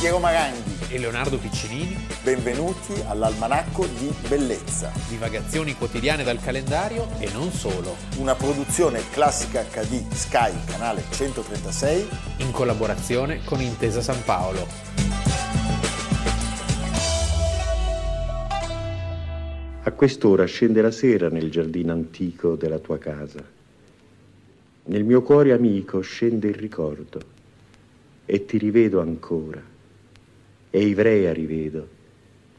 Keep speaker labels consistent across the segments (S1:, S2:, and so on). S1: Piero Maranghi.
S2: e Leonardo Piccinini,
S1: Benvenuti all'Almanacco di Bellezza,
S2: divagazioni quotidiane dal calendario e non solo,
S1: una produzione classica HD Sky, canale 136.
S2: in collaborazione con Intesa San Paolo.
S3: A quest'ora scende la sera nel giardino antico della tua casa. Nel mio cuore amico scende il ricordo e ti rivedo ancora. E Ivrea rivedo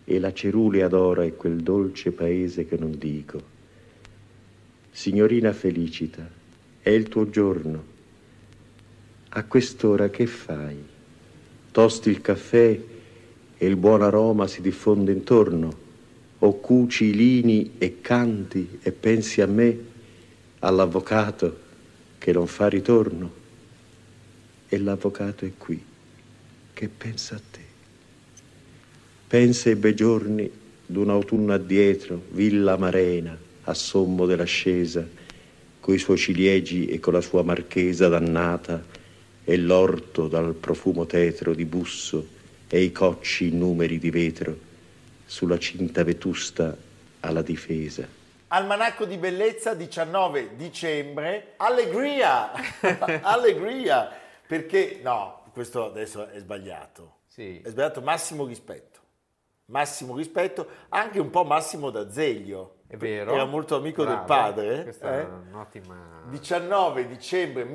S3: e la cerulea d'oro e quel dolce paese che non dico. Signorina felicita, è il tuo giorno. A quest'ora che fai? Tosti il caffè e il buon aroma si diffonde intorno, o cuci i lini e canti e pensi a me, all'avvocato che non fa ritorno. E l'avvocato è qui, che pensa a te. Pensa ai bei giorni d'un autunno addietro, Villa Marena, a sommo dell'ascesa, coi suoi ciliegi e con la sua marchesa dannata, e l'orto dal profumo tetro di busso e i cocci in numeri di vetro, sulla cinta vetusta alla difesa.
S1: Almanacco di Bellezza 19 dicembre. Allegria! Allegria! Perché no, questo adesso è sbagliato.
S2: Sì.
S1: È sbagliato massimo rispetto. Massimo rispetto, anche un po' Massimo d'Azeglio.
S2: È vero.
S1: Era molto amico
S2: Bravo.
S1: del padre.
S2: Questa
S1: eh.
S2: è un'ottima...
S1: 19 dicembre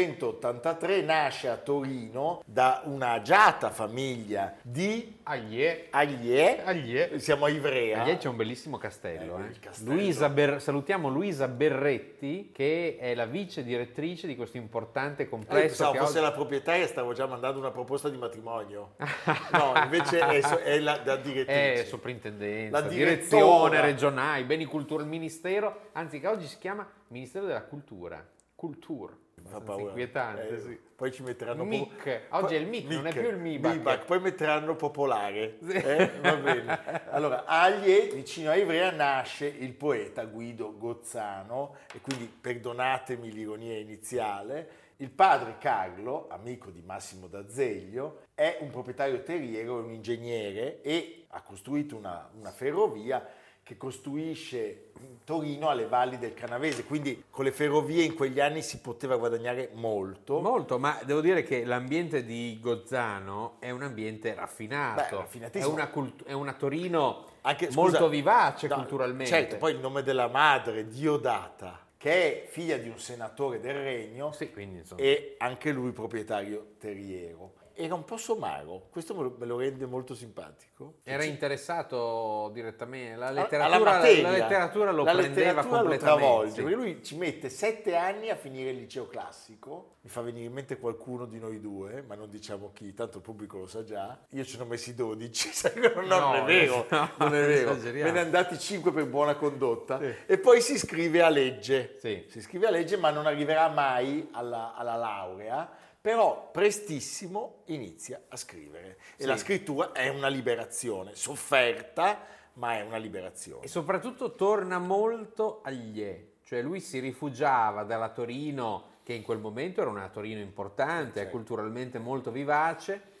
S1: 1883 nasce a Torino da una agiata famiglia di
S2: Aglie.
S1: Aglie.
S2: Aglie.
S1: Siamo a Ivrea.
S2: Aglie c'è un bellissimo castello.
S1: Eh,
S2: eh.
S1: il castello.
S2: Luisa Ber- Salutiamo Luisa Berretti, che è la vice direttrice di questo importante
S1: Eh, io
S2: complesso.
S1: pensavo
S2: che
S1: fosse
S2: oggi-
S1: la proprietaria, stavo già mandando una proposta di matrimonio.
S2: Ah,
S1: No, invece è, so- è la, da direttrice.
S2: È soprintendenza,
S1: La
S2: direzione
S1: direttora.
S2: regionale, i beni culturali, il ministero, anzi che oggi si chiama Ministero della Cultura, Cultur,
S1: Fa
S2: abbastanza
S1: paura.
S2: inquietante.
S1: Eh,
S2: sì.
S1: Poi ci metteranno...
S2: Mic.
S1: po-
S2: Oggi è il mic, non è più il mibac.
S1: Poi metteranno popolare.
S2: Sì.
S1: Eh, Va bene. Allora, a Aglie, vicino a Ivrea, nasce il poeta Guido Gozzano, e quindi perdonatemi l'ironia iniziale. Il padre Carlo, amico di Massimo d'Azeglio, è un proprietario terriero, è un ingegnere e ha costruito una, una ferrovia che costruisce Torino alle valli del Canavese, quindi con le ferrovie in quegli anni si poteva guadagnare molto.
S2: Molto, ma devo dire che l'ambiente di Gozzano è un ambiente
S1: Beh,
S2: raffinato, è,
S1: raffinatissimo.
S2: una cult- è una Torino
S1: Anche-
S2: molto
S1: scusa,
S2: vivace
S1: no,
S2: culturalmente.
S1: Certo, poi il nome della madre, Diodata, che è figlia di un senatore del regno
S2: Sì, quindi insomma.
S1: e anche lui proprietario terriero. Era un po' somaro, questo me lo, me lo rende molto simpatico.
S2: Era
S1: Ci-
S2: interessato direttamente, la
S1: alla-
S2: letteratura,
S1: alla materia.
S2: la letteratura lo
S1: La
S2: prendeva
S1: letteratura lo
S2: completamente.
S1: travolge, perché lui ci mette sette anni a finire il liceo classico. Mi fa venire in mente qualcuno di noi due, ma non diciamo chi, tanto il pubblico lo sa già. Io ce ne ho messi 12, sai, no, non
S2: No,
S1: è vero,
S2: no,
S1: non è vero.
S2: esageriamo.
S1: Me ne andati 5 per buona condotta
S2: Sì.
S1: e poi si iscrive a legge.
S2: Sì.
S1: Si iscrive a legge, ma non arriverà mai alla, alla laurea. Però prestissimo inizia a scrivere e
S2: Sì.
S1: la scrittura è una liberazione, sofferta, ma è una liberazione.
S2: E soprattutto torna molto agli E, cioè lui si rifugiava dalla Torino, che in quel momento era una Torino importante,
S1: Certo.
S2: culturalmente molto vivace,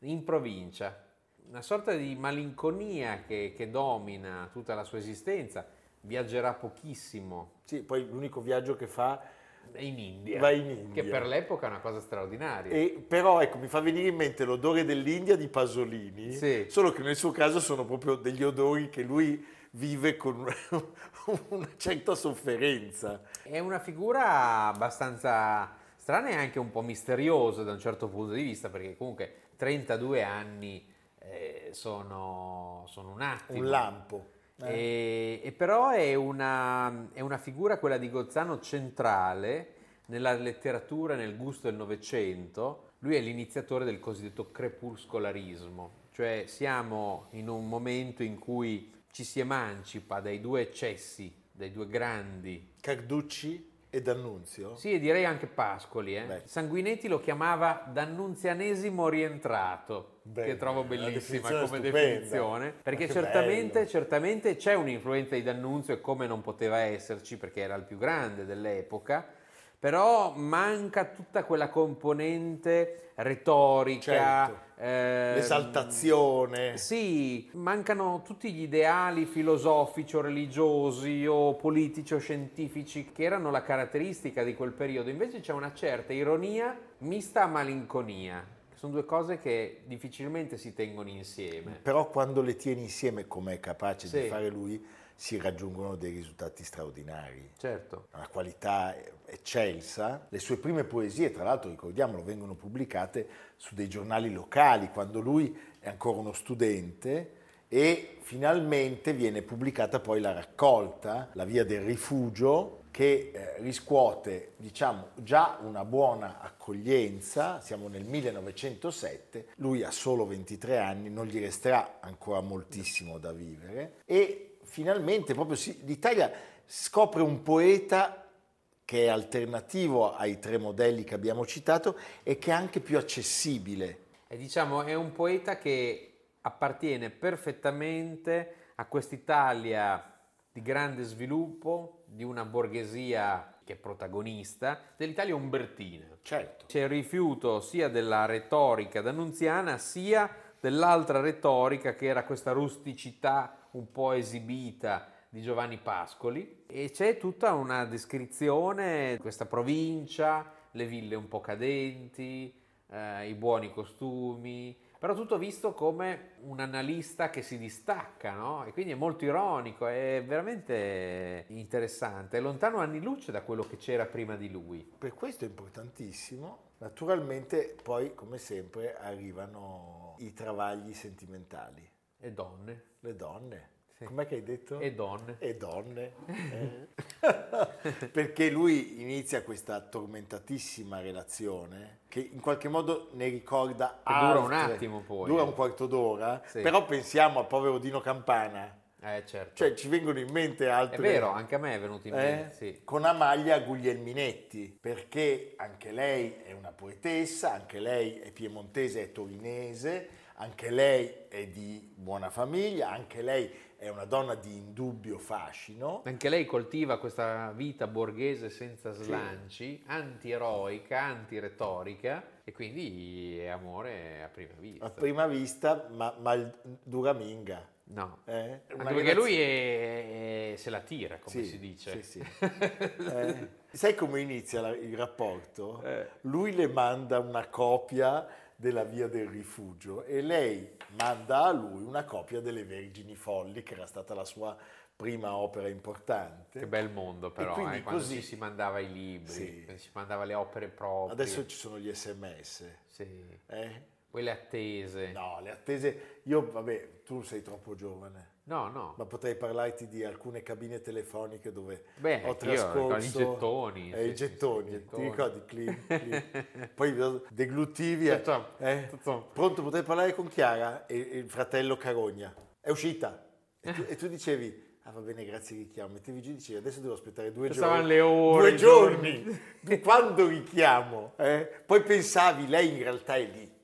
S2: in provincia. Una sorta di malinconia che, che domina tutta la sua esistenza. Viaggerà pochissimo,
S1: Sì, poi l'unico viaggio che fa.
S2: è in India,
S1: Va in India.
S2: che per l'epoca è una cosa straordinaria.
S1: E, però ecco, mi fa venire in mente l'odore dell'India di Pasolini,
S2: Sì.
S1: solo che nel suo caso sono proprio degli odori che lui vive con una certa sofferenza.
S2: È una figura abbastanza strana e anche un po' misteriosa da un certo punto di vista, perché comunque 32 anni eh, sono, sono un attimo.
S1: Un lampo. eh.
S2: E, e però è una, è una figura, quella di Gozzano, centrale nella letteratura, e nel gusto del Novecento. Lui è l'iniziatore del cosiddetto crepuscolarismo, cioè siamo in un momento in cui ci si emancipa dai due eccessi, dai due grandi
S1: Carducci e D'Annunzio.
S2: sì, e direi anche Pascoli. eh.
S1: Beh.
S2: Sanguinetti lo chiamava D'annunzianesimo rientrato,
S1: Beh,
S2: che trovo
S1: una
S2: bellissima
S1: definizione
S2: come
S1: stupenda.
S2: definizione, perché
S1: che
S2: certamente,
S1: bello.
S2: certamente c'è un'influenza di D'Annunzio e come non poteva esserci, perché era il più grande dell'epoca, Però manca tutta quella componente retorica,
S1: Certo.
S2: ehm,
S1: L'esaltazione.
S2: Eh Sì, mancano tutti gli ideali filosofici o religiosi o politici o scientifici che erano la caratteristica di quel periodo. Invece c'è una certa ironia mista a malinconia, che sono due cose che difficilmente si tengono insieme.
S1: Però quando le tieni insieme, come è capace
S2: Sì.
S1: di fare lui, si raggiungono dei risultati straordinari.
S2: Certo.
S1: una qualità eccelsa. Le sue prime poesie, tra l'altro, ricordiamolo, vengono pubblicate su dei giornali locali quando lui è ancora uno studente e finalmente viene pubblicata poi la raccolta La via del rifugio che eh, riscuote, diciamo, già una buona accoglienza. Siamo nel 1907, lui ha solo 23 anni, non gli resterà ancora moltissimo da vivere e finalmente proprio si- l'Italia scopre un poeta che è alternativo ai tre modelli che abbiamo citato e che è anche più accessibile.
S2: E diciamo, è un poeta che appartiene perfettamente a quest'Italia di grande sviluppo, di una borghesia che è protagonista, dell'Italia umbertina.
S1: Certo.
S2: C'è il rifiuto sia della retorica d'Annunziana sia dell'altra retorica che era questa rusticità un po' esibita di Giovanni Pascoli e c'è tutta una descrizione di questa provincia, le ville un po' cadenti, eh, i buoni costumi, però tutto visto come un analista che si distacca, no? E quindi è molto ironico, è veramente interessante, è lontano anni luce da quello che c'era prima di lui.
S1: Per questo è importantissimo. Naturalmente poi, come sempre, arrivano i travagli sentimentali.
S2: E donne.
S1: Le donne.
S2: Sì.
S1: Com'è che hai detto?
S2: E donne.
S1: e donne. eh. Perché lui inizia questa tormentatissima relazione che in qualche modo ne ricorda
S2: Che dura
S1: altre.
S2: un attimo poi.
S1: Dura un quarto d'ora,
S2: Sì.
S1: però pensiamo al povero Dino Campana,
S2: Eh certo.
S1: cioè ci vengono in mente altre
S2: è vero, anche a me è venuto in mente,
S1: eh?
S2: sì.
S1: Con Amalia Guglielminetti, perché anche lei è una poetessa, anche lei è piemontese, è torinese, anche lei è di buona famiglia, anche lei è una donna di indubbio fascino.
S2: Anche lei coltiva questa vita borghese senza slanci, antieroica, antiretorica e quindi è amore a prima vista.
S1: A prima vista, ma, ma il duraminga.
S2: No.
S1: eh? Una
S2: Anche perché
S1: relazione-
S2: lui è- è- se la tira, come
S1: Sì,
S2: si dice.
S1: sì, sì. Eh, sai come inizia la- il rapporto?
S2: Eh.
S1: Lui le manda una copia della Via del Rifugio e lei manda a lui una copia delle Vergini Folli, che era stata la sua prima opera importante.
S2: Che bel mondo però,
S1: quindi
S2: eh, quando
S1: così-
S2: ci si mandava i libri,
S1: Sì.
S2: quando ci si mandava le opere proprie.
S1: Adesso ci sono gli sms.
S2: Sì.
S1: eh?
S2: Poi le attese.
S1: No, le attese... Io, vabbè, tu sei troppo giovane,
S2: no. no.
S1: ma potrei parlarti di alcune cabine telefoniche dove
S2: Beh,
S1: ho
S2: io
S1: trascorso...
S2: ricordo i gettoni.
S1: Eh,
S2: sì,
S1: I
S2: sì, sì,
S1: gettoni, ti ricordi? Clim, clim. Poi deglutivi. eh.
S2: Tutto-
S1: Eh?
S2: tutto-
S1: Pronto, potrei parlare con Chiara e e il fratello Carogna. È uscita. E tu, e tu dicevi, ah va bene, grazie richiamo. Mettevi giù e dicevi, adesso devo aspettare due
S2: Passavano
S1: giorni.
S2: le ore,
S1: Due
S2: i
S1: giorni.
S2: giorni.
S1: Di Quando richiamo? eh? Poi pensavi, lei in realtà è lì,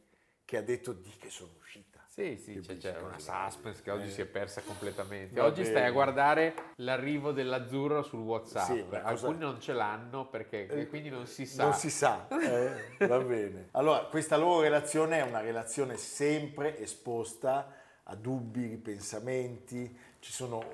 S1: che ha detto di che sono uscita.
S2: Sì, sì, c'è, c'è una suspense che oggi si è persa completamente.
S1: Eh. Va
S2: Oggi stai
S1: bene.
S2: a guardare l'arrivo dell'azzurro sul WhatsApp.
S1: Sì, una cosa-
S2: Alcuni non ce l'hanno perché e quindi non si sa.
S1: Eh, Non si sa, eh? va bene. Allora, questa loro relazione è una relazione sempre esposta a dubbi, ripensamenti, ci sono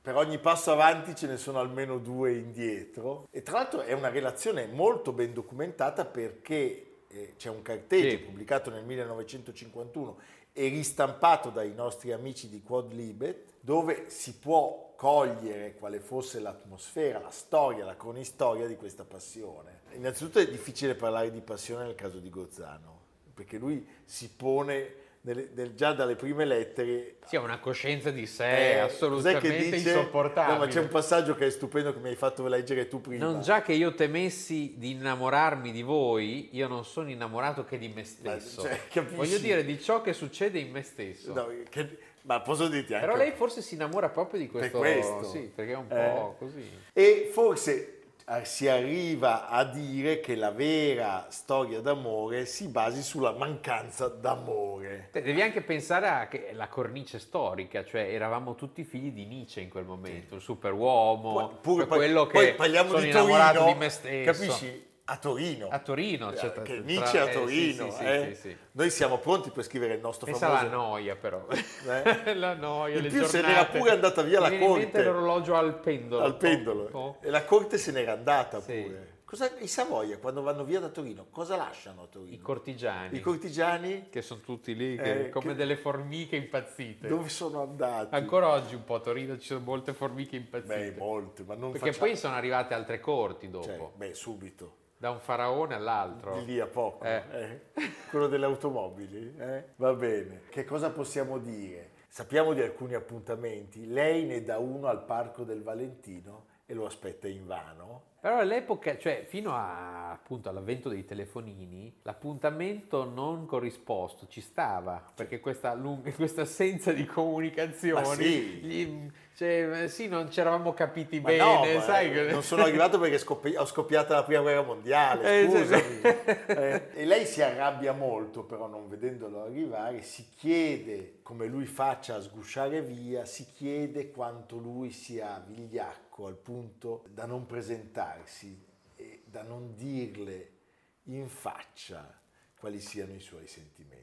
S1: per ogni passo avanti ce ne sono almeno due indietro e tra l'altro è una relazione molto ben documentata perché eh, c'è un carteggio
S2: Sì.
S1: pubblicato nel 1951 e ristampato dai nostri amici di Quod Libet dove si può cogliere quale fosse l'atmosfera, la storia, la cronistoria di questa passione. Innanzitutto è difficile parlare di passione nel caso di Gozzano, perché lui si pone nelle- nel- già dalle prime lettere
S2: Sì, ha una coscienza di sé Eh, assolutamente
S1: Eh, cos'è che dice?
S2: insopportabile.
S1: No, ma c'è un passaggio che è stupendo che mi hai fatto leggere tu prima.
S2: Non già che io temessi di innamorarmi di voi, io non sono innamorato che di me stesso.
S1: cioè, capisci?
S2: Voglio dire di ciò che succede in me stesso.
S1: No, che- ma posso dirti anche
S2: Però lei forse si innamora proprio di questo.
S1: questo.
S2: Sì, perché è un
S1: Eh.
S2: po' così.
S1: E forse eh, si arriva a dire che la vera storia d'amore si basi sulla mancanza d'amore.
S2: Te- Devi anche pensare a che- la cornice storica, cioè eravamo tutti figli di Nietzsche in quel momento, il superuomo,
S1: Poi- pure
S2: cioè
S1: poi-
S2: quello
S1: poi
S2: che
S1: parliamo
S2: sono
S1: di
S2: innamorato
S1: Torino,
S2: di me stesso.
S1: Capisci? a Torino.
S2: A Torino, cioè,
S1: Eh, che
S2: tra-
S1: Nietzsche a
S2: eh, sì,
S1: Torino.
S2: sì, sì,
S1: eh.
S2: sì, sì.
S1: Noi siamo pronti per scrivere il nostro
S2: Pensa alla
S1: famoso...
S2: noia però,
S1: Eh?
S2: la noia,
S1: In
S2: le
S1: più se
S2: giornate.
S1: n'era pure andata via
S2: Mi
S1: la
S2: viene in mente
S1: corte.
S2: l'orologio al pendolo.
S1: al pendolo.
S2: Oh, oh.
S1: E la corte se n'era andata
S2: Sì.
S1: pure. Cosa- I Savoia quando vanno via da Torino, cosa lasciano a Torino?
S2: I cortigiani,
S1: I cortigiani
S2: che sono tutti lì,
S1: Eh,
S2: che- come
S1: che-
S2: delle formiche impazzite.
S1: dove sono andati?
S2: Ancora oggi un po' a Torino ci sono molte formiche impazzite.
S1: Beh, molti, ma non
S2: Perché
S1: facciamo-
S2: poi sono arrivate altre corti dopo,
S1: cioè, beh, subito.
S2: da un faraone all'altro.
S1: Di lì a poco,
S2: Eh.
S1: eh? quello delle automobili. eh? Va bene, che cosa possiamo dire? Sappiamo di alcuni appuntamenti, lei ne dà uno al Parco del Valentino e lo aspetta invano.
S2: Però all'epoca, cioè fino a, appunto all'avvento dei telefonini, l'appuntamento non corrisposto ci stava, perché questa, lunga, questa assenza di comunicazioni,
S1: Ma sì.
S2: gli- cioè, sì, non ci eravamo capiti
S1: Ma no,
S2: bene,
S1: ma,
S2: sai?
S1: eh,
S2: che-
S1: Non sono arrivato perché scoppi- ho scoppiato la prima guerra mondiale,
S2: Eh, sì, sì.
S1: scusami. Eh, e lei si arrabbia molto, però non vedendolo arrivare, si chiede come lui faccia a sgusciare via, si chiede quanto lui sia vigliacco al punto da non presentarsi e da non dirle in faccia quali siano i suoi sentimenti.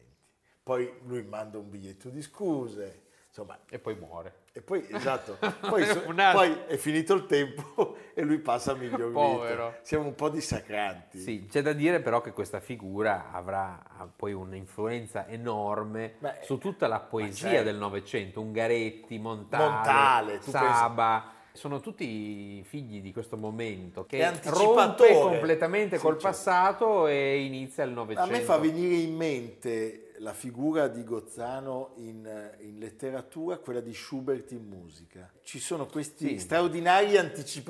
S1: Poi lui manda un biglietto di scuse, insomma,
S2: E poi muore.
S1: e poi, esatto, poi, so-
S2: Un altro.
S1: poi è finito il tempo e lui passa a miglior vita.
S2: Povero.
S1: Siamo un po' dissacranti.
S2: Sì, c'è da dire però che questa figura avrà ah, poi un'influenza enorme
S1: Beh,
S2: su tutta la
S1: ma
S2: poesia
S1: certo.
S2: del Novecento, Ungaretti, Montale,
S1: Montale, tu
S2: Saba. Sono tutti figli di questo momento
S1: È
S2: che
S1: anticipatore.
S2: rompe completamente
S1: Sì,
S2: col
S1: certo.
S2: passato e inizia il
S1: A
S2: Novecento.
S1: me fa venire in mente la figura di Gozzano in, in letteratura, quella di Schubert in musica. Ci sono questi
S2: Sì.
S1: straordinari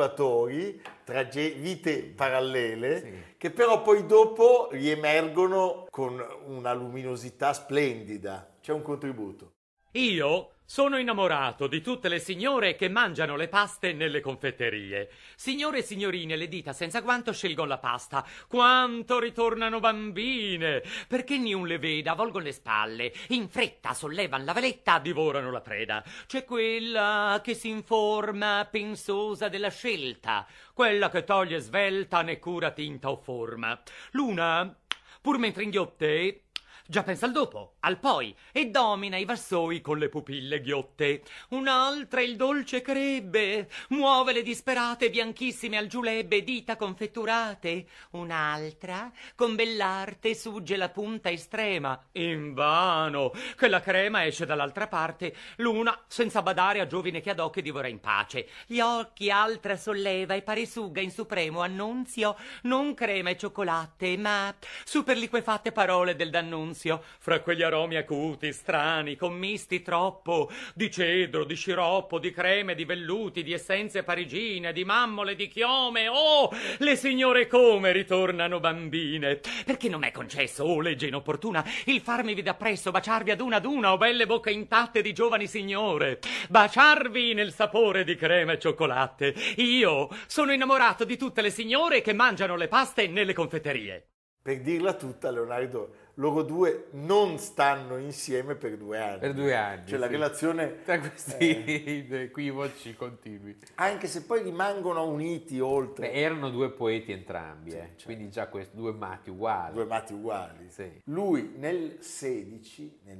S1: anticipatori, trage- vite parallele,
S2: Sì.
S1: che però poi dopo riemergono con una luminosità splendida. C'è un contributo.
S4: Io sono innamorato di tutte le signore che mangiano le paste nelle confetterie. Signore e signorine, le dita senza guanto scelgono la pasta. Quanto ritornano bambine! Perché niun le veda, volgono le spalle. In fretta sollevan la veletta, divorano la preda. C'è quella che si informa, pensosa della scelta. Quella che toglie svelta, né cura tinta o forma. L'una, pur mentre inghiotte, Già pensa al dopo, al poi, e domina i vassoi con le pupille ghiotte. Un'altra il dolce crebbe, muove le disperate bianchissime al giulebbe, dita confetturate. Un'altra, con bell'arte, sugge la punta estrema. Invano, che la crema esce dall'altra parte. L'una, senza badare a giovine che ad occhi divora in pace. Gli occhi altra solleva e pare suga in supremo annunzio, non crema e cioccolate, ma superliquefatte parole del d'annunzio, fra quegli aromi acuti, strani, commisti troppo, di cedro, di sciroppo, di creme, di velluti, di essenze parigine, di mammole, di chiome, oh, le signore come ritornano bambine, perché non m'è concesso, oh, legge inopportuna, il farmivi d'appresso, baciarvi ad una ad una, o belle bocche intatte di giovani signore, baciarvi nel sapore di crema e cioccolate, io sono innamorato di tutte le signore che mangiano le paste nelle confetterie.
S1: Per dirla tutta, Leonardo, loro due non stanno insieme per due anni.
S2: Per due anni,
S1: Cioè la
S2: sì.
S1: relazione,
S2: Tra questi equivoci continui.
S1: anche se poi rimangono uniti oltre
S2: Beh, erano due poeti entrambi,
S1: Sì,
S2: eh,
S1: certo.
S2: quindi già questi due matti uguali.
S1: due matti uguali.
S2: Sì.
S1: Lui nel 16, nel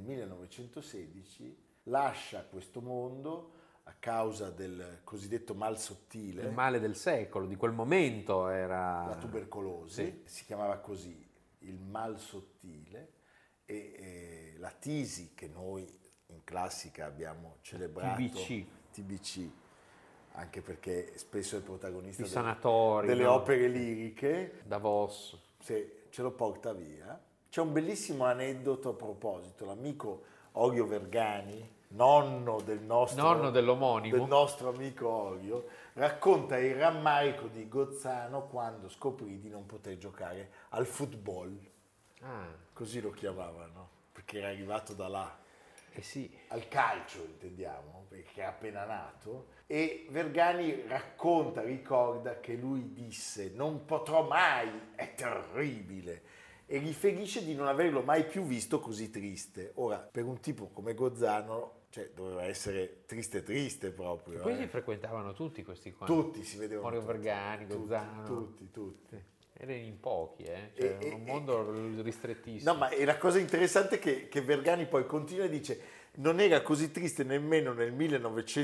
S1: 1916, lascia questo mondo a causa del cosiddetto mal sottile,
S2: Il male del secolo, di quel momento era...
S1: la tubercolosi, si chiamava così, il mal sottile, e, eh, la tisi che noi in classica abbiamo celebrato,
S2: TBC.
S1: TBC, anche perché spesso è protagonista
S2: I
S1: del-
S2: sanatori,
S1: delle
S2: no?
S1: opere liriche,
S2: Davos.
S1: se ce lo porta via. C'è un bellissimo aneddoto a proposito, l'amico Orio Vergani, nonno del nostro,
S2: Nonno dell'omonimo.
S1: del nostro amico Orio, racconta il rammarico di Gozzano quando scoprì di non poter giocare al football,
S2: Ah,
S1: così lo chiamavano, perché era arrivato da là
S2: eh sì.
S1: al calcio, intendiamo, perché era appena nato, e Vergani racconta, ricorda che lui disse non potrò mai, è terribile, e riferisce di non averlo mai più visto così triste. Ora, per un tipo come Gozzano, cioè, doveva essere triste triste proprio.
S2: Poi si
S1: eh.
S2: frequentavano tutti questi qua.
S1: Tutti si vedevano.
S2: Mario
S1: tutti.
S2: Vergani,
S1: Tutti,
S2: Gozzano.
S1: Tutti, tutti.
S2: Era in pochi, eh? Cioè,
S1: E- e-
S2: un mondo ristrettissimo.
S1: No, ma e la cosa interessante è che, che Vergani poi continua e dice non era così triste nemmeno nel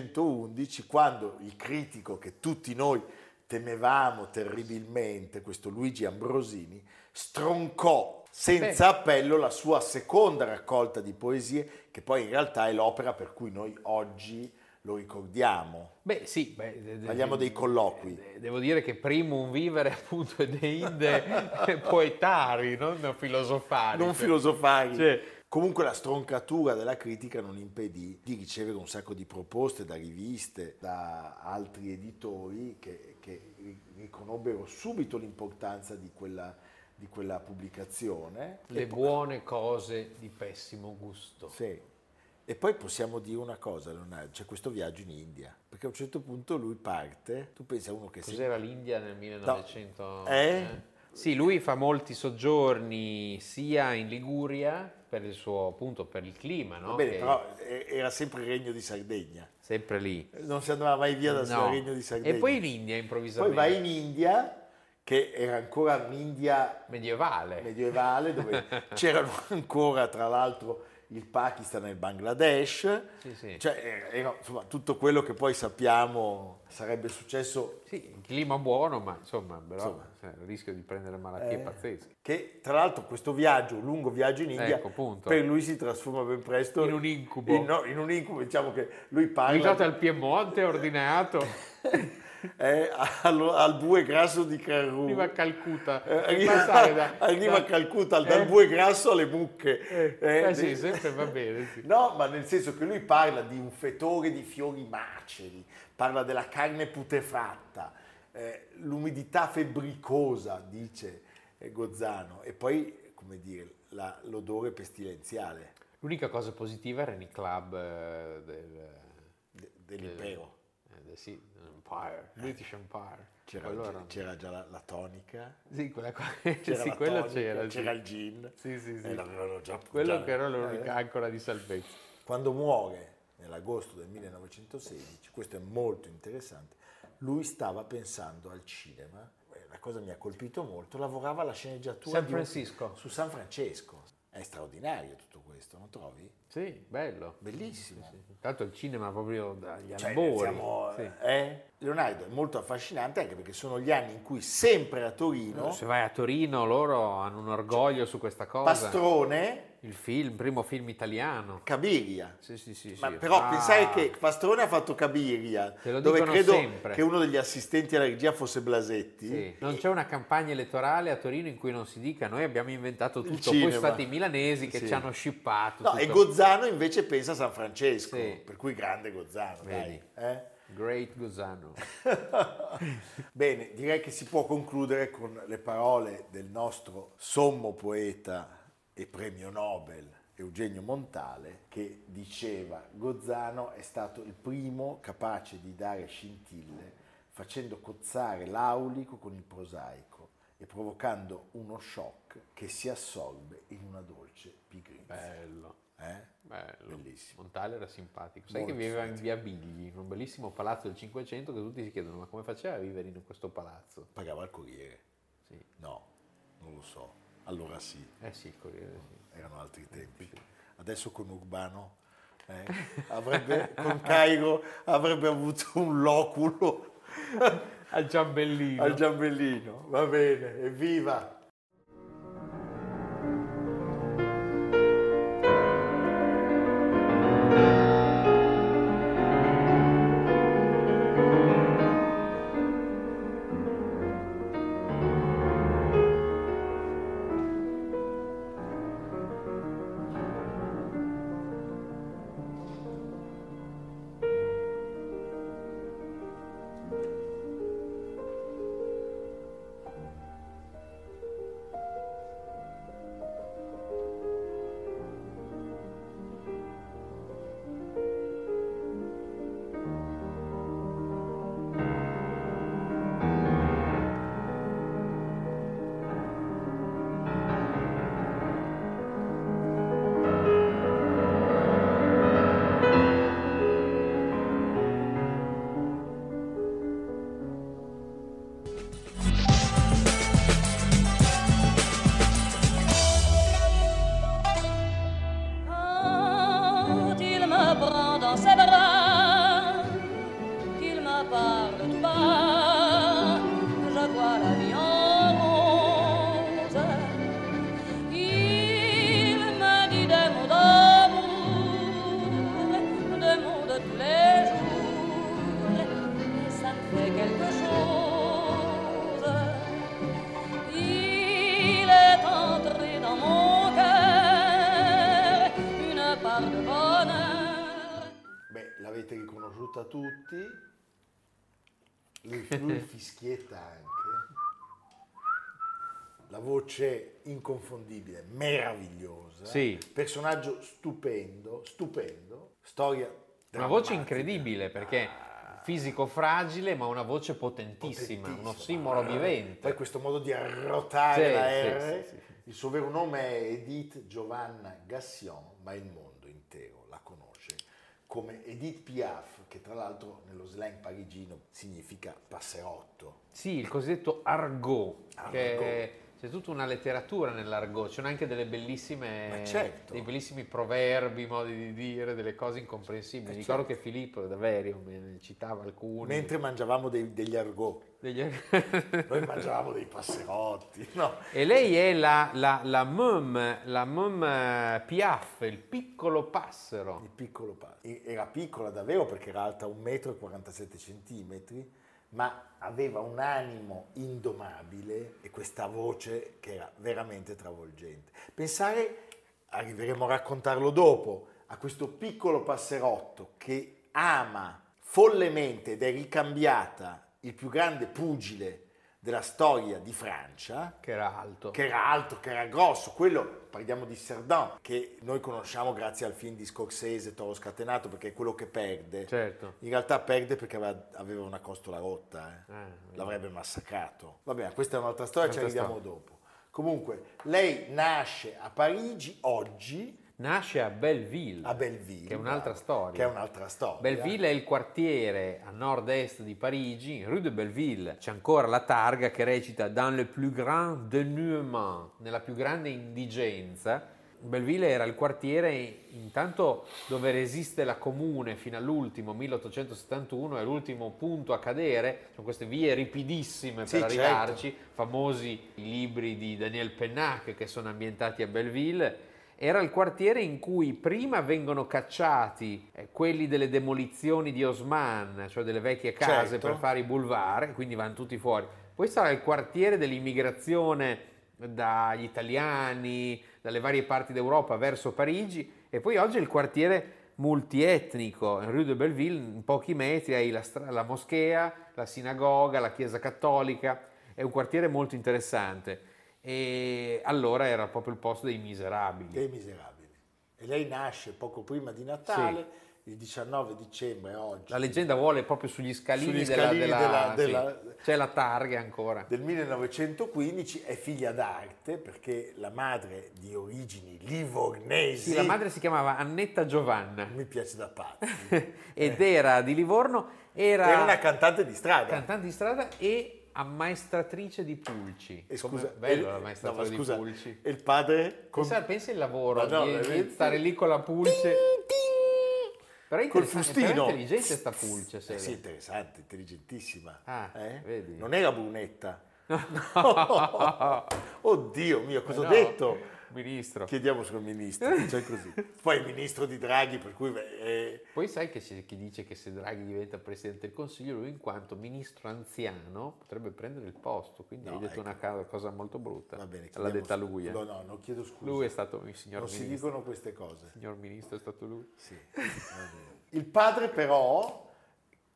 S1: 1911 quando il critico che tutti noi temevamo terribilmente, questo Luigi Ambrosini, stroncò senza appello la sua seconda raccolta di poesie, che poi in realtà è l'opera per cui noi oggi lo ricordiamo.
S2: Beh, sì, beh, de- de-
S1: Parliamo dei colloqui.
S2: de- Devo dire che primum vivere appunto è de inde poetari, non filosofari.
S1: non filosofare.
S2: Cioè-
S1: Comunque la stroncatura della critica non impedì di ricevere un sacco di proposte da riviste, da altri editori che, che ri- riconobbero subito l'importanza di quella, di quella pubblicazione.
S2: Le
S1: e, po-
S2: buone cose di pessimo gusto.
S1: sì. E poi possiamo dire una cosa, Leonardo, c'è questo viaggio in India, perché a un certo punto lui parte, tu pensi a uno che si...
S2: Cos'era l'India nel 1900?
S1: Eh?
S2: Sì, lui fa molti soggiorni sia in Liguria per il suo appunto per il clima, no?
S1: Va bene,
S2: Che-
S1: però eh, era sempre il regno di Sardegna,
S2: sempre lì.
S1: non si andava mai via dal suo
S2: No.
S1: regno di Sardegna.
S2: E poi in India
S1: Poi
S2: improvvisamente.
S1: vai in India, che era ancora un'India
S2: medievale.
S1: medievale, dove c'erano ancora tra l'altro il Pakistan e il Bangladesh,
S2: Sì, sì.
S1: cioè era- era, insomma, tutto quello che poi sappiamo sarebbe successo,
S2: Sì, il clima buono, ma insomma, però
S1: Insomma.
S2: cioè, il rischio di prendere malattie
S1: Eh.
S2: pazzesche.
S1: che tra l'altro questo viaggio, un lungo viaggio in India,
S2: Ecco, punto.
S1: per lui si trasforma ben presto
S2: In un incubo.
S1: in, no, in un incubo, diciamo che lui
S2: Invitato
S1: parla
S2: al Piemonte, ordinato, Esatto.
S1: eh, al, al bue grasso di Karru.
S2: arriva a Calcutta.
S1: Eh,
S2: per
S1: arriva,
S2: passare da-
S1: arriva a
S2: da-
S1: Calcutta
S2: Eh?
S1: dal bue grasso alle mucche.
S2: Eh, eh sì, sempre va bene, eh, sì.
S1: No, ma nel senso che lui parla di un fetore di fiori maceri, parla della carne putefatta, eh, l'umidità febbricosa, dice eh, Gozzano, e poi, come dire, la- l'odore pestilenziale
S2: L'unica cosa positiva era nei club eh, del,
S1: de- dell'impero.
S2: eh, del- sì, Empire, British Empire.
S1: Eh. C'era,
S2: Quello era-
S1: c'era già la, la tonica,
S2: Sì, quella qua-
S1: c'era,
S2: sì,
S1: la
S2: quello
S1: tonica,
S2: c'era. sì.
S1: c'era il gin,
S2: Sì, sì, sì.
S1: e l'avevano già
S2: Quello
S1: già-
S2: che era
S1: eh.
S2: l'unica ancora di salvezza.
S1: Quando muore nell'agosto del 1916, questo è molto interessante, lui stava pensando al cinema, eh, la cosa mi ha colpito molto, lavorava alla sceneggiatura
S2: San
S1: di un-
S2: Francisco.
S1: su San Francesco. È straordinario tutto questo, non trovi?
S2: Sì, bello.
S1: Bellissimo.
S2: Tanto il cinema proprio dagli
S1: Cioè,
S2: albori.
S1: siamo,
S2: Sì.
S1: eh? Leonardo è molto affascinante anche perché sono gli anni in cui sempre a Torino
S2: Se vai a Torino loro hanno un orgoglio su questa cosa.
S1: Pastrone
S2: Il film, primo film italiano.
S1: Cabiria.
S2: Sì, sì, sì.
S1: Ma
S2: sì.
S1: però
S2: Ah,
S1: pensare che Pastrone ha fatto Cabiria,
S2: Te lo
S1: dove
S2: dicono
S1: credo
S2: sempre.
S1: che uno degli assistenti alla regia fosse Blasetti.
S2: sì. Non c'è una campagna elettorale a Torino in cui non si dica noi abbiamo inventato
S1: Il
S2: tutto, poi
S1: cinema.
S2: sono stati i milanesi che
S1: Sì.
S2: ci hanno scippato.
S1: No,
S2: tutto.
S1: e Gozzano invece pensa a San Francesco,
S2: Sì.
S1: per cui grande Gozzano,
S2: Vedi.
S1: dai. eh?
S2: Great Gozano.
S1: Bene, direi che si può concludere con le parole del nostro sommo poeta e premio Nobel Eugenio Montale che diceva Gozzano è stato il primo capace di dare scintille facendo cozzare l'aulico con il prosaico e provocando uno shock che si assolve in una dolce pigrizia.
S2: Bello.
S1: Eh?
S2: Bello.
S1: Bellissimo.
S2: Montale era simpatico. Sai
S1: Molto
S2: che viveva in via Bigli, in un bellissimo palazzo del Cinquecento che tutti si chiedono ma come faceva a vivere in questo palazzo?
S1: Pagava il Corriere?
S2: Sì.
S1: No, non lo so. Allora sì,
S2: Eh sì, il Corriere sì.
S1: erano
S2: Eh,
S1: altri tempi. Adesso con Urbano eh, avrebbe, con Cairo avrebbe avuto un loculo
S2: Al Giambellino.
S1: al Giambellino. Va bene, evviva! saluta tutti, lui, lui fischietta anche, la voce inconfondibile, meravigliosa,
S2: Sì.
S1: personaggio stupendo, stupendo, storia
S2: Una voce
S1: drammatica. Ah.
S2: incredibile perché fisico fragile ma una voce potentissima,
S1: Potentissimo.
S2: un ossimoro
S1: Poi
S2: vivente.
S1: questo modo di arrotare la
S2: Sì,
S1: R.
S2: sì, sì, sì.
S1: Il suo vero nome è Edith Giovanna Gassion, ma il mondo intero la conosce come Edith Piaf, che tra l'altro nello slang parigino significa passerotto.
S2: Sì, il cosiddetto argot, che
S1: Argot.
S2: c'è tutta una letteratura nell'argot, c'è anche delle bellissime,
S1: Ma certo.
S2: dei bellissimi proverbi, modi di dire, delle cose incomprensibili.
S1: Eh,
S2: Ricordo
S1: certo.
S2: che Filippo da Verio me ne citava alcuni.
S1: Mentre mangiavamo dei- degli argot,
S2: degli
S1: noi mangiavamo dei passerotti, no?
S2: E lei è la, la, la mum, la mum eh, Piaf, il piccolo
S1: Il
S2: passero.
S1: piccolo pa- e- Era piccola davvero perché era alta 1,47 m, ma aveva un animo indomabile e questa voce che era veramente travolgente. Pensare, arriveremo a raccontarlo dopo, a questo piccolo passerotto che ama follemente ed è ricambiata il più grande pugile della storia di Francia
S2: Che era alto.
S1: che era alto, che era grosso, quello parliamo di Cerdan, che noi conosciamo grazie al film di Scorsese Toro Scatenato, perché è quello che perde.
S2: Certo.
S1: In realtà perde perché aveva, aveva una costola rotta, eh.
S2: Ah,
S1: l'avrebbe massacrato. Vabbè, questa è un'altra storia, ci
S2: Un'altra
S1: arriviamo dopo. Comunque, lei nasce a Parigi oggi,
S2: Nasce a Belleville.
S1: a Belleville.
S2: Che è un'altra
S1: bravo,
S2: storia.
S1: Che è un'altra storia.
S2: Belleville è il quartiere a nord-est di Parigi, in Rue de Belleville. C'è ancora la targa che recita Dans le plus grand dénuement, nella più grande indigenza. Belleville era il quartiere intanto dove resiste la comune fino all'ultimo, 1871, è l'ultimo punto a cadere, sono queste vie ripidissime per
S1: Sì, certo.
S2: arrivarci, famosi i libri di Daniel Pennac che sono ambientati a Belleville. Era il quartiere in cui prima vengono cacciati eh, quelli delle demolizioni di Osman, cioè delle vecchie case
S1: Certo.
S2: per fare i boulevard, quindi vanno tutti fuori. Poi sarà il quartiere dell'immigrazione dagli italiani, dalle varie parti d'Europa verso Parigi e poi oggi è il quartiere multietnico, in Rue de Belleville, in pochi metri hai la, stra- la moschea, la sinagoga, la chiesa cattolica, è un quartiere molto interessante e allora era proprio il posto dei miserabili.
S1: Dei Miserabili. E lei nasce poco prima di Natale, il 19 dicembre oggi.
S2: La leggenda vuole proprio sugli scalini,
S1: Sugli
S2: della-
S1: scalini
S2: della,
S1: della-
S2: sì.
S1: della-
S2: c'è la targa ancora.
S1: del 1915 è figlia d'arte perché la madre di origini livornesi
S2: Sì, La madre si chiamava Annetta Giovanna
S1: mi piace da pazzi
S2: ed era di Livorno, era,
S1: Eh. era una cantante di strada
S2: cantante di strada e ammaestratrice di pulci.
S1: e
S2: Com'è
S1: scusa
S2: bello
S1: e-
S2: la
S1: no, ma
S2: maestratrice
S1: scusa,
S2: di pulci.
S1: e il padre con-
S2: Pensa, pensa il lavoro
S1: Ma no, eh,
S2: di- di,
S1: veramente.
S2: stare lì con la pulce. Però è
S1: col
S2: interessante,
S1: fustino
S2: però è intelligente sta pulce.
S1: eh
S2: Sele.
S1: sì interessante intelligentissima
S2: Ah,
S1: eh?
S2: vedi.
S1: non era brunetta
S2: No.
S1: oddio mio cosa
S2: Eh,
S1: ho
S2: No,
S1: detto
S2: Ministro.
S1: chiediamo sul ministro dice così poi il ministro di Draghi per cui eh,
S2: Poi sai che c'è chi dice che se Draghi diventa presidente del Consiglio, lui in quanto ministro anziano potrebbe prendere il posto, quindi
S1: No,
S2: hai detto
S1: ecco.
S2: una ca- cosa molto brutta.
S1: Va bene,
S2: L'ha
S1: chiediamo
S2: detta
S1: scusa.
S2: lui. eh.
S1: No, no, non chiedo scusa.
S2: Lui è stato il signor
S1: Non si
S2: ministro.
S1: dicono queste cose.
S2: Il signor ministro è stato lui.
S1: Sì, va bene. Il padre però,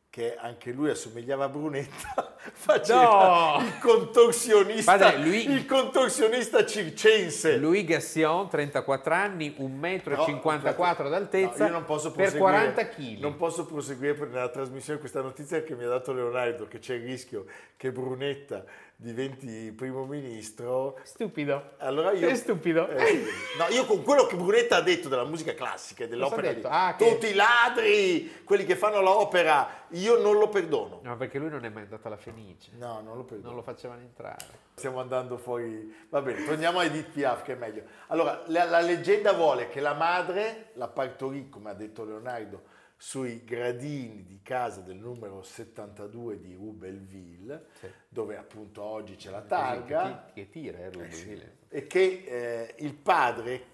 S1: che anche lui assomigliava a Brunetta, faceva
S2: No!
S1: il contorsionista,
S2: Padre, lui-
S1: il contorsionista circense.
S2: Louis Gassion, 34 anni, 1,54
S1: Però-
S2: m d'altezza,
S1: No, io non posso
S2: per
S1: proseguire-
S2: 40 kg.
S1: Non posso proseguire per- nella trasmissione questa notizia che mi ha dato Leonardo, che c'è il rischio che Brunetta diventi primo ministro
S2: Stupido.
S1: Allora io,
S2: È stupido.
S1: Eh, sì. no, io con quello che Brunetta ha detto della musica classica e dell'opera,
S2: Cosa ha detto?
S1: lì,
S2: Ah, che-
S1: tutti i ladri, quelli che fanno l'opera, io non lo perdono.
S2: No, perché lui non è mai andato alla Fenice.
S1: No, non lo perdono.
S2: Non lo facevano entrare.
S1: Stiamo andando fuori. Va bene, torniamo a Edith Piaf che è meglio. Allora, la, la leggenda vuole che la madre la partorì, come ha detto Leonardo, sui gradini di casa del numero 72 di Rue Belleville,
S2: Sì.
S1: dove appunto oggi c'è la targa.
S2: Che, ti- che tira, eh, Rubio Vile.
S1: e che eh, il padre, eh,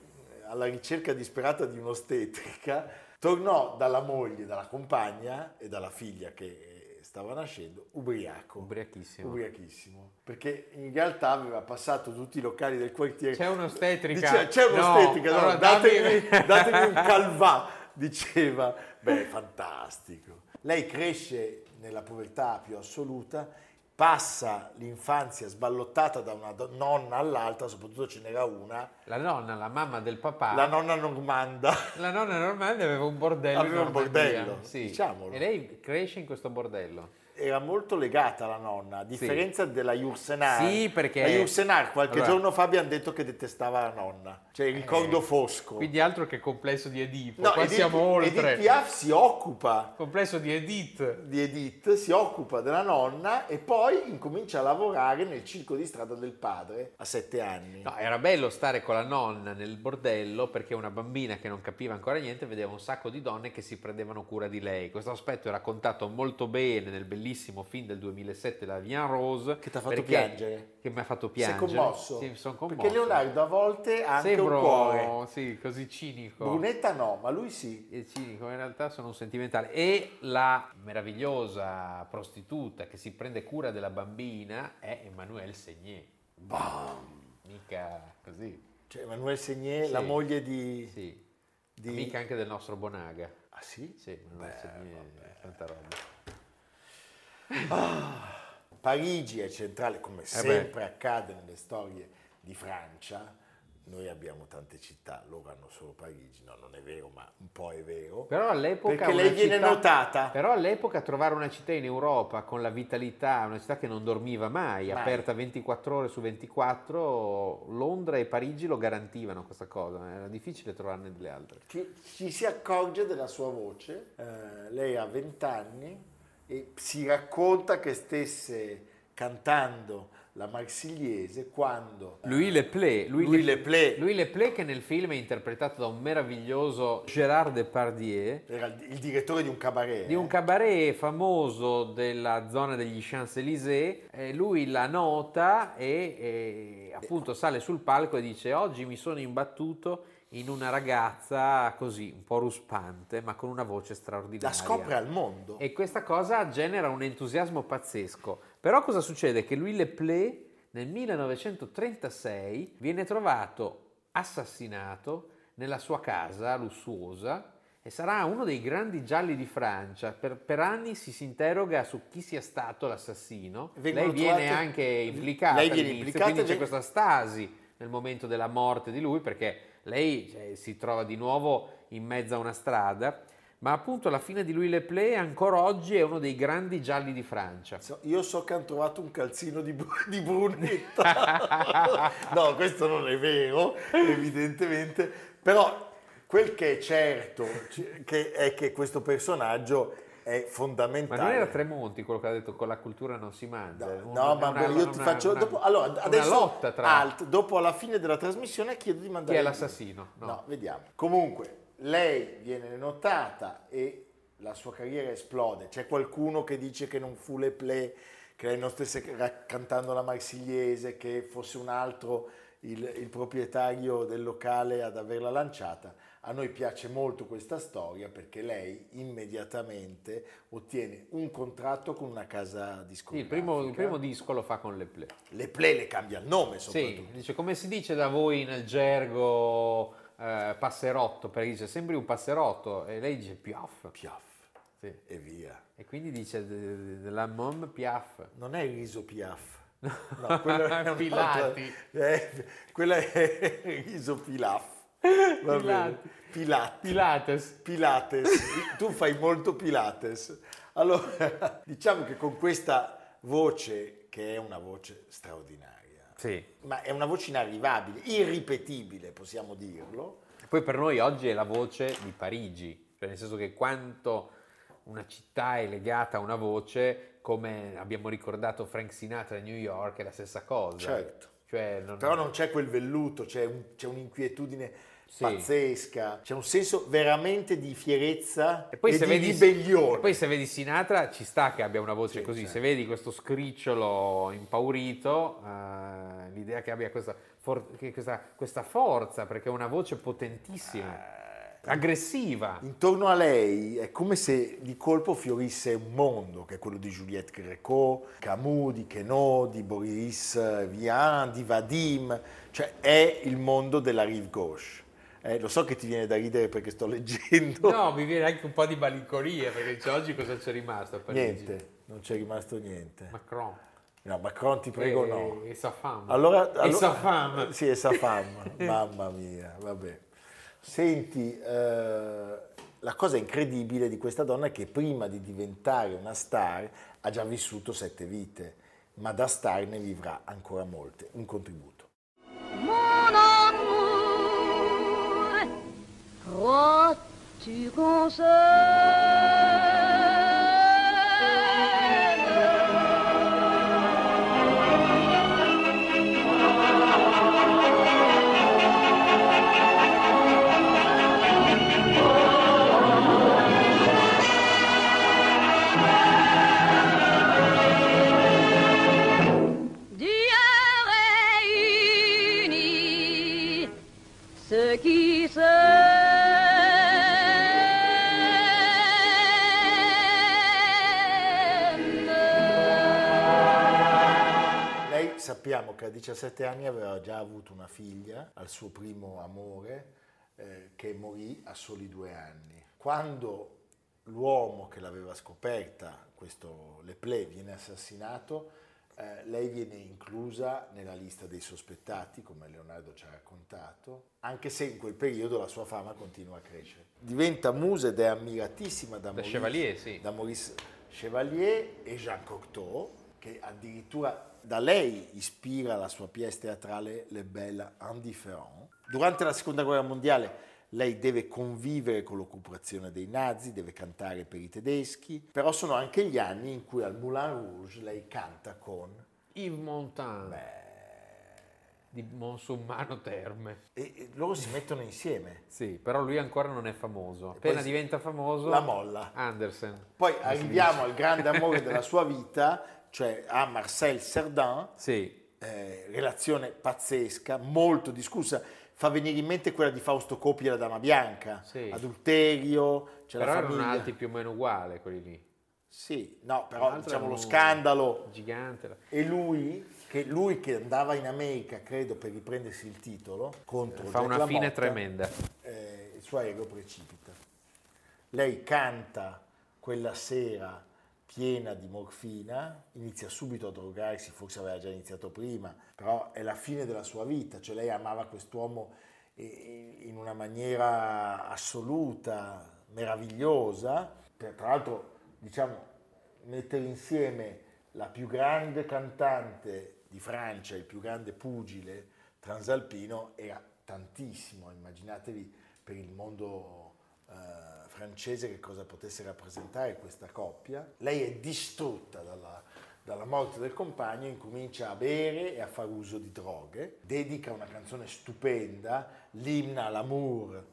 S1: alla ricerca disperata di un'ostetrica, tornò dalla moglie, dalla compagna e dalla figlia che eh, stava nascendo, ubriaco.
S2: Ubriachissimo.
S1: Ubriachissimo. Perché in realtà aveva passato tutti i locali del quartiere.
S2: C'è un'ostetrica?
S1: Diceva, c'è
S2: No,
S1: un'ostetrica, no,
S2: allora
S1: datemi,
S2: dammi-
S1: datemi un calvà, diceva. Beh, fantastico. Lei cresce nella povertà più assoluta, passa l'infanzia sballottata da una do- nonna all'altra, soprattutto ce n'era una,
S2: La nonna, la mamma del papà,
S1: la nonna normanda.
S2: la nonna normale aveva un bordello. in
S1: Aveva un
S2: Normandia,
S1: bordello,
S2: sì.
S1: diciamolo.
S2: E lei cresce in questo bordello.
S1: Era molto legata alla nonna, a differenza della Jursenar.
S2: Sì, perché-
S1: La Jursenar qualche
S2: Allora-
S1: giorno fa abbiamo detto che detestava la nonna, cioè il ricordo
S2: Eh,
S1: fosco.
S2: Quindi altro che complesso di Edipo,
S1: No,
S2: qua
S1: Edith-
S2: siamo oltre.
S1: Edith Piaf si occupa
S2: Complesso di Edith.
S1: di Edith, si occupa della nonna e poi incomincia a lavorare nel circo di strada del padre a sette anni.
S2: No, era bello stare con la nonna nel bordello perché una bambina che non capiva ancora niente vedeva un sacco di donne che si prendevano cura di lei. Questo aspetto è raccontato molto bene nel bellissimo film del 2007, La Vian Rose.
S1: Che ti ha fatto
S2: perché-
S1: piangere.
S2: Che mi ha fatto
S1: Si è
S2: piangere.
S1: commosso.
S2: Sì, sono commosso.
S1: Perché Leonardo a volte ha anche
S2: Sembro,
S1: un cuore.
S2: Sì, così cinico.
S1: Brunetta no, ma lui sì.
S2: e cinico, in realtà sono un sentimentale. E la meravigliosa prostituta che si prende cura della bambina è Emmanuelle Segné. Bam! Mica così.
S1: Cioè Emanuele Segné,
S2: Sì.
S1: la moglie di...
S2: Sì.
S1: di-
S2: Mica anche del nostro Bonaga.
S1: Ah sì?
S2: Sì, Emmanuelle Segné, tanta roba.
S1: Parigi è centrale,
S2: Eh
S1: come sempre accade nelle storie di Francia. Noi abbiamo tante città, loro hanno solo Parigi. No, non è vero, ma un po' è vero.
S2: Però all'epoca
S1: Perché
S2: una
S1: lei viene
S2: città-
S1: notata.
S2: Però all'epoca trovare una città in Europa con la vitalità, una città che non dormiva mai,
S1: Mai.
S2: aperta 24 ore su 24, Londra e Parigi lo garantivano questa cosa, era difficile trovarne delle altre.
S1: Ci, ci si accorge della sua voce, eh, lei ha 20 anni e si racconta che stesse cantando la marsigliese quando eh,
S2: Louis Le Play, Louis,
S1: Louis Le Play.
S2: Louis Le Play che nel film è interpretato da un meraviglioso Gérard Depardieu,
S1: era il, il direttore di un cabaret. eh,
S2: di un cabaret famoso della zona degli Champs-Élysées. Eh, lui la nota e eh, appunto sale sul palco e dice: Oggi mi sono imbattuto in una ragazza così un po' ruspante, ma con una voce straordinaria.
S1: la scopre al mondo.
S2: E questa cosa genera un entusiasmo pazzesco. Però cosa succede? Che Louis Le Play nel 1936 viene trovato assassinato nella sua casa lussuosa e sarà uno dei grandi gialli di Francia. Per, per anni si, si interroga su chi sia stato l'assassino.
S1: Vengono
S2: lei viene
S1: trovate-
S2: anche implicata.
S1: Lei viene
S2: all'inizio,
S1: implicata
S2: Quindi
S1: e
S2: c'è
S1: veng-
S2: questa stasi nel momento della morte di lui perché lei cioè, si trova di nuovo in mezzo a una strada. Ma appunto la fine di Louis Le Play ancora oggi è uno dei grandi gialli di Francia.
S1: So- Io so che hanno trovato un calzino di, Bru- di Brunetta. no, questo non è vero, evidentemente. Però quel che è certo c- che- è che questo personaggio è
S2: Ma
S1: fondamentale.
S2: non era Tremonti quello che ha detto con la cultura non si mangia?
S1: No,
S2: Una-
S1: no, ma
S2: una-
S1: io ti
S2: una-
S1: faccio.
S2: una-
S1: dopo, allora,
S2: una
S1: adesso
S2: lotta tra
S1: alt, dopo alla fine della trasmissione chiedo di
S2: chi
S1: mandare.
S2: è
S1: il-
S2: l'assassino.
S1: No.
S2: No.
S1: vediamo. Comunque, lei viene notata e la sua carriera esplode. C'è qualcuno che dice che non fu le play, che lei non stesse ra- cantando la marsigliese, che fosse un altro il, il proprietario del locale ad averla lanciata. A noi piace molto questa storia perché lei immediatamente ottiene un contratto con una casa
S2: Sì, il
S1: discografica.
S2: primo, il primo disco lo fa con Le Play.
S1: Le play le cambia il nome
S2: Sì,
S1: soprattutto.
S2: dice come si dice da voi nel gergo eh, passerotto, perché dice sembri un passerotto e lei dice piaf.
S1: Piaf
S2: Sì.
S1: e via.
S2: E quindi dice de- de- de- la mom piaf.
S1: Non è il riso Piaf. No, quello è un
S2: Pilati.
S1: altro- eh, quello è il riso Pilaf. Va bene. Pilati.
S2: Pilati. Pilates.
S1: Pilates. tu fai molto Pilates. Allora, diciamo che con questa voce, che è una voce straordinaria,
S2: Sì.
S1: ma è una voce inarrivabile, irripetibile, possiamo dirlo,
S2: Poi per noi oggi è la voce di Parigi, cioè nel senso che quanto una città è legata a una voce, come abbiamo ricordato Frank Sinatra a New York, è la stessa cosa.
S1: Certo.
S2: Cioè, non-
S1: però non c'è quel velluto, c'è, un- c'è un'inquietudine
S2: Sì.
S1: pazzesca, c'è un senso veramente di fierezza e,
S2: E poi, se
S1: di
S2: vedi,
S1: ribellione.
S2: e poi se vedi Sinatra ci sta che abbia una voce
S1: Sì,
S2: così,
S1: certo.
S2: se vedi questo scricciolo impaurito, eh, l'idea che abbia questa, for- che questa- questa forza, perché è una voce potentissima, aggressiva.
S1: Intorno a lei è come se di colpo fiorisse un mondo, che è quello di Juliette Greco, Camus, di Queneau, di Boris Vian, di Vadim, cioè è il mondo della rive gauche. Eh, lo so che ti viene da ridere perché sto leggendo.
S2: No, mi viene anche un po' di malinconia perché dice, oggi cosa c'è rimasto a Parigi?
S1: Niente, non c'è rimasto niente.
S2: Macron.
S1: No, Macron ti prego
S2: e,
S1: no.
S2: E Safam.
S1: Allora,
S2: e
S1: allora-
S2: Safam.
S1: Sì, e Safam, mamma mia, vabbè. Senti, eh, la cosa incredibile di questa donna è che prima di diventare una star ha già vissuto sette vite, ma da star ne vivrà ancora molte. Un contributo.
S5: Mon amour, crois-tu qu'on s'aime Dieu réunit ceux qui s'aiment.
S1: Lei sappiamo che a 17 anni aveva già avuto una figlia al suo primo amore eh, che morì a soli due anni. Quando l'uomo che l'aveva scoperta, questo Leplé, viene assassinato, eh, lei viene inclusa nella lista dei sospettati, come Leonardo ci ha raccontato, anche se in quel periodo la sua fama continua a crescere. Diventa musa ed è ammiratissima da,
S2: Da
S1: Maurice-
S2: Chevalier, sì.
S1: da Maurice Chevalier e Jean Cocteau, che addirittura da lei ispira la sua pièce teatrale Le Belle Indifférent. Durante la Seconda Guerra Mondiale lei deve convivere con l'occupazione dei nazi, deve cantare per i tedeschi, però sono anche gli anni in cui al Moulin Rouge lei canta con eh,
S2: Yves Montand. Di Monsummano Terme.
S1: e e loro si mettono insieme.
S2: Sì, però lui ancora non è famoso.
S1: poi
S2: Appena
S1: si-
S2: diventa famoso...
S1: La molla.
S2: Andersen.
S1: Poi arriviamo al grande amore della sua vita, cioè a Marcel Cerdan,
S2: Sì,
S1: eh, relazione pazzesca, molto discussa. Fa venire in mente quella di Fausto Coppi e la Dama Bianca,
S2: Sì.
S1: adulterio, c'è
S2: però
S1: la
S2: erano
S1: famiglia.
S2: alti più o meno uguali quelli lì.
S1: Sì, no, però
S2: L'altro
S1: diciamo
S2: era
S1: lo
S2: un-
S1: scandalo.
S2: Gigante. la-
S1: E lui che, lui che andava in America, credo, per riprendersi il titolo, contro
S2: Fa
S1: Jack
S2: una fine
S1: LaMotta,
S2: tremenda.
S1: eh, il suo aereo precipita. Lei canta quella sera piena di morfina, inizia subito a drogarsi, forse aveva già iniziato prima, però è la fine della sua vita, cioè lei amava quest'uomo eh, in una maniera assoluta, meravigliosa, tra tra l'altro diciamo mettere insieme la più grande cantante di Francia, il più grande pugile transalpino era tantissimo, immaginatevi per il mondo eh, francese che cosa potesse rappresentare questa coppia. Lei è distrutta dalla, dalla morte del compagno, incomincia a bere e a fare uso di droghe, dedica una canzone stupenda, l'imna all'amour,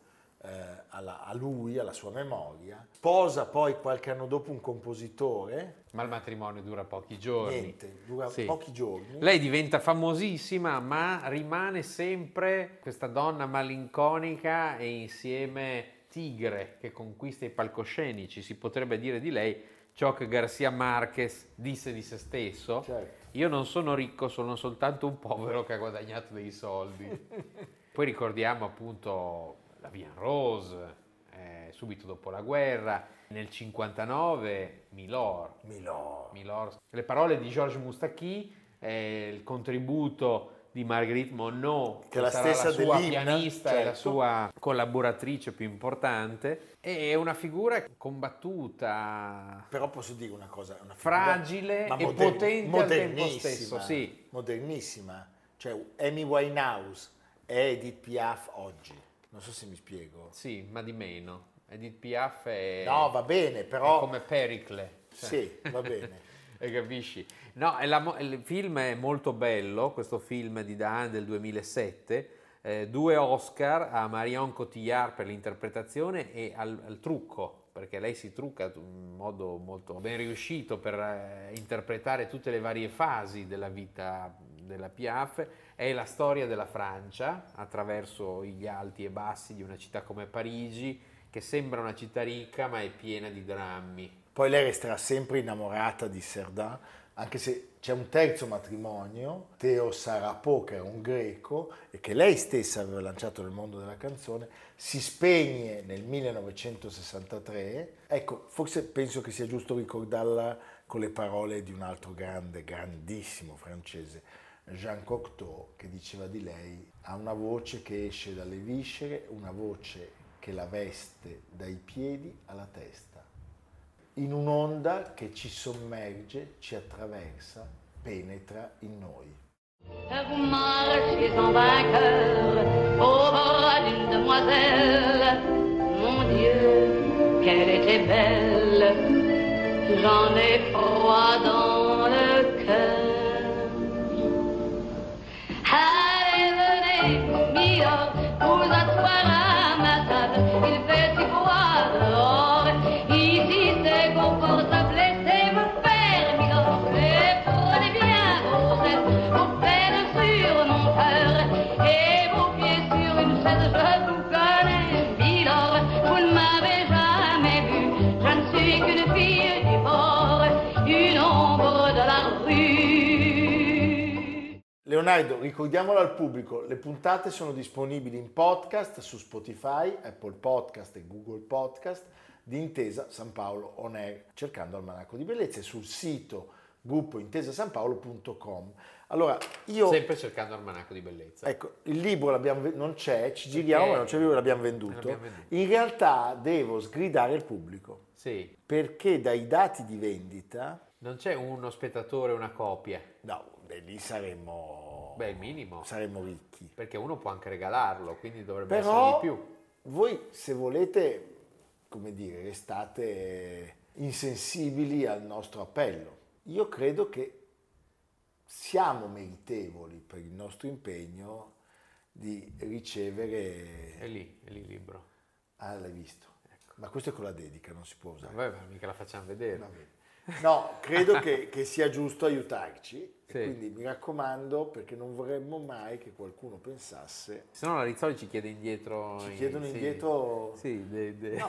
S1: eh, alla- a lui, alla sua memoria. Posa poi qualche anno dopo un compositore,
S2: Ma il matrimonio dura pochi giorni.
S1: niente, dura
S2: Sì.
S1: pochi giorni.
S2: Lei diventa famosissima, ma rimane sempre questa donna malinconica e insieme tigre che conquista i palcoscenici. Si potrebbe dire di lei ciò che Garcia Marquez disse di se stesso.
S1: Certo.
S2: Io non sono ricco, sono soltanto un povero che ha guadagnato dei soldi. Poi ricordiamo appunto la Vian Rose, eh, subito dopo la guerra, nel 59 Milor.
S1: Milò.
S2: Milor. Le parole di Georges Moustaki, eh, il contributo di Marguerite Monod,
S1: Che è la
S2: sarà
S1: stessa
S2: sua
S1: dell'Inna,
S2: pianista e la
S1: certo.
S2: sua collaboratrice più importante, è una figura combattuta.
S1: Però posso dire una cosa, è una
S2: Fragile
S1: figura-
S2: e potente al tempo stesso, sì.
S1: Modernissima, cioè Amy Winehouse è Edith Piaf oggi. Non so se mi spiego.
S2: Sì, ma di meno. Edith Piaf è,
S1: No, va bene,
S2: è
S1: però...
S2: come Pericle. cioè.
S1: Sì, va bene.
S2: Eh, capisci? No, è la mo- il film è molto bello, questo film di Dan del 2007, eh, due Oscar a Marion Cotillard per l'interpretazione e al, al trucco, perché lei si trucca in modo molto ben riuscito per eh, interpretare tutte le varie fasi della vita della Piaf, è la storia della Francia attraverso gli alti e bassi di una città come Parigi, che sembra una città ricca ma è piena di drammi.
S1: Poi lei resterà sempre innamorata di Cerdan, anche se c'è un terzo matrimonio, Teo Sarapò, che era un greco e che lei stessa aveva lanciato nel mondo della canzone, si spegne nel 1963. Ecco, forse penso che sia giusto ricordarla con le parole di un altro grande, grandissimo francese, Jean Cocteau, che diceva di lei, ha una voce che esce dalle viscere, una voce che la veste dai piedi alla testa in un'onda che ci sommerge, ci attraversa, penetra in noi.
S5: Car vous marchiez en vainqueur au bras d'une demoiselle. Mon Dieu, qu'elle était belle, j'en ai froid dans le cœur. Allez, venez, mille, vous asseoir à ma table. Il fait si froid dehors. Ici, c'est confortable. Laissez-vous faire, Milord. Et prenez bien vos ailes, vos peines sur mon cœur. Et vos pieds sur une chaise, je vous connais, Milord. Vous ne m'avez jamais vu. Je ne suis qu'une fille du port, une ombre de la rue.
S1: Leonardo, ricordiamolo al pubblico, le puntate sono disponibili in podcast su Spotify, Apple Podcast e Google Podcast di Intesa San Paolo On Air, cercando Almanacco di Bellezza e sul sito gruppointesasanpaolo.com. Allora, io...
S2: Sempre cercando Armanacco di bellezza.
S1: Ecco, il libro l'abbiamo ve- non c'è, ci giriamo, ma non c'è il libro, l'abbiamo venduto.
S2: L'abbiamo venduto.
S1: In realtà devo sgridare il pubblico,
S2: Sì,
S1: perché dai dati di vendita,
S2: non c'è uno spettatore, una copia.
S1: no, beh, lì saremmo,
S2: Beh, il minimo.
S1: saremmo ricchi.
S2: Perché uno può anche regalarlo, quindi dovrebbe
S1: Però
S2: essere di più.
S1: voi se volete, come dire, restate insensibili al nostro appello. Io credo che siamo meritevoli per il nostro impegno di
S2: È
S1: ricevere...
S2: lì, Ecco. è lì il libro.
S1: Ah, l'hai visto. Ma questo è con la dedica, non si può usare.
S2: Vabbè, ma mica la facciamo vedere.
S1: Va bene. No, credo che, che sia giusto aiutarci. E
S2: Sì.
S1: quindi mi raccomando, perché non vorremmo mai che qualcuno pensasse...
S2: Se no la Rizzoli ci chiede indietro.
S1: Ci
S2: i-
S1: chiedono
S2: sì.
S1: indietro...
S2: Sì, de- de-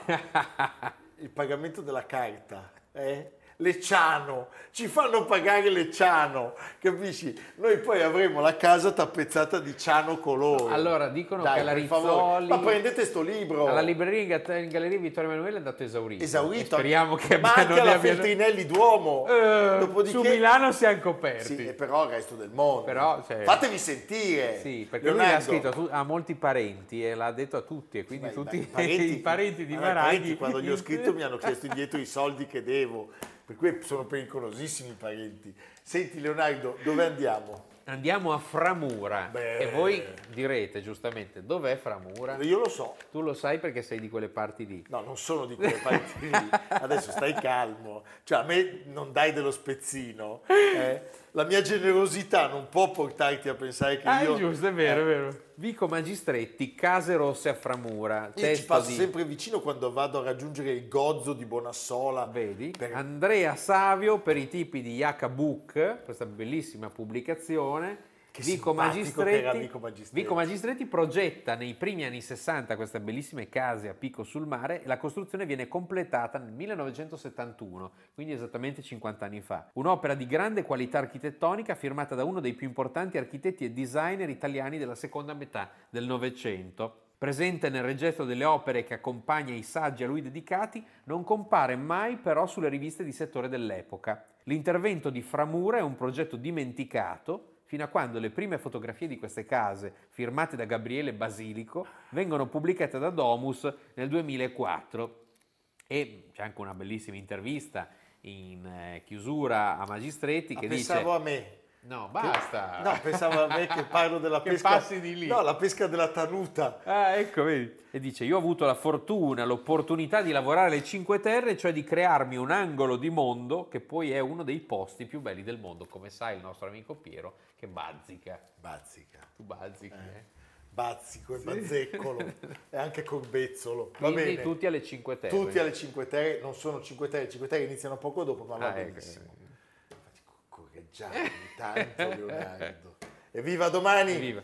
S1: il pagamento della carta, eh? Lecciano, ci fanno pagare le Ciano, capisci? Noi poi avremo la casa tappezzata di Ciano colore.
S2: Allora, dicono
S1: Dai,
S2: che alla
S1: per favore.
S2: Rizzoli...
S1: Ma prendete sto libro.
S2: Alla libreria in, Gatt- in Galleria Vittorio Emanuele è andato esaurito. E
S1: Oh. Esaurito.
S2: Speriamo che
S1: Ma
S2: abbiano-
S1: anche alla
S2: ne abbiano-
S1: Feltrinelli Duomo.
S2: Eh,
S1: Dopodiché...
S2: Su Milano siamo coperti.
S1: Sì, e però il resto del mondo.
S2: Però, cioè-
S1: Fatevi sentire.
S2: Sì, perché lui
S1: Leonardo,
S2: ha scritto a, tu- a molti parenti e l'ha detto a tutti, e quindi
S1: Beh,
S2: tutti
S1: i parenti,
S2: i parenti di
S1: ma i parenti,
S2: Maraghi.
S1: quando gli ho scritto mi hanno chiesto indietro i soldi che devo per cui sono pericolosissimi i parenti senti Leonardo dove andiamo?
S2: Andiamo a Framura
S1: Beh.
S2: e voi direte giustamente dov'è Framura?
S1: io lo so
S2: Tu lo sai perché sei di quelle parti lì.
S1: no non sono di quelle parenti lì adesso stai calmo cioè a me non dai dello spezzino eh? la mia generosità non può portarti a pensare che
S2: Ah,
S1: io
S2: è giusto, è vero, è vero. Vico Magistretti, Case Rosse a Framura.
S1: io ci
S2: testo
S1: passo
S2: di-
S1: sempre vicino quando vado a raggiungere il gozzo di Bonassola
S2: Ah, Vedi?
S1: per-
S2: Andrea Savio per i tipi di H-Book, questa bellissima pubblicazione.
S1: Che
S2: Vico
S1: simpatico che era
S2: Magistretti,
S1: Vico Magistretti.
S2: Vico Magistretti progetta nei primi anni 60 queste bellissime case a picco sul mare e la costruzione viene completata nel 1971, quindi esattamente 50 anni fa. Un'opera di grande qualità architettonica firmata da uno dei più importanti architetti e designer italiani della seconda metà del Novecento. Presente nel registro delle opere che accompagna i saggi a lui dedicati, non compare mai però sulle riviste di settore dell'epoca. L'intervento di Framura è un progetto dimenticato fino a quando le prime fotografie di queste case, firmate da Gabriele Basilico, vengono pubblicate da Domus nel 2004. E c'è anche una bellissima intervista in eh, chiusura a Magistretti
S1: Ah,
S2: che dice...
S1: pensavo a me
S2: No, basta!
S1: Che- No, pensavo a me che parlo della
S2: Che
S1: pesca.
S2: passi di lì.
S1: No, la pesca della tanuta.
S2: Ah, ecco, vedi. E dice, io ho avuto la fortuna, l'opportunità di lavorare alle Cinque Terre, cioè di crearmi un angolo di mondo che poi è uno dei posti più belli del mondo, come sai il nostro amico Piero, che bazzica.
S1: Bazzica.
S2: Tu bazzichi, eh?
S1: Bazzico e bazzeccolo. e anche corbezzolo. Va
S2: Quindi
S1: bene.
S2: tutti alle Cinque Terre.
S1: Tutti alle 5 terre, non sono 5 terre, 5 terre iniziano poco dopo, ma va
S2: Ah, ecco,
S1: benissimo. Fatti co- Correggiare tanto Leonardo. Evviva domani!
S2: eh. Viva.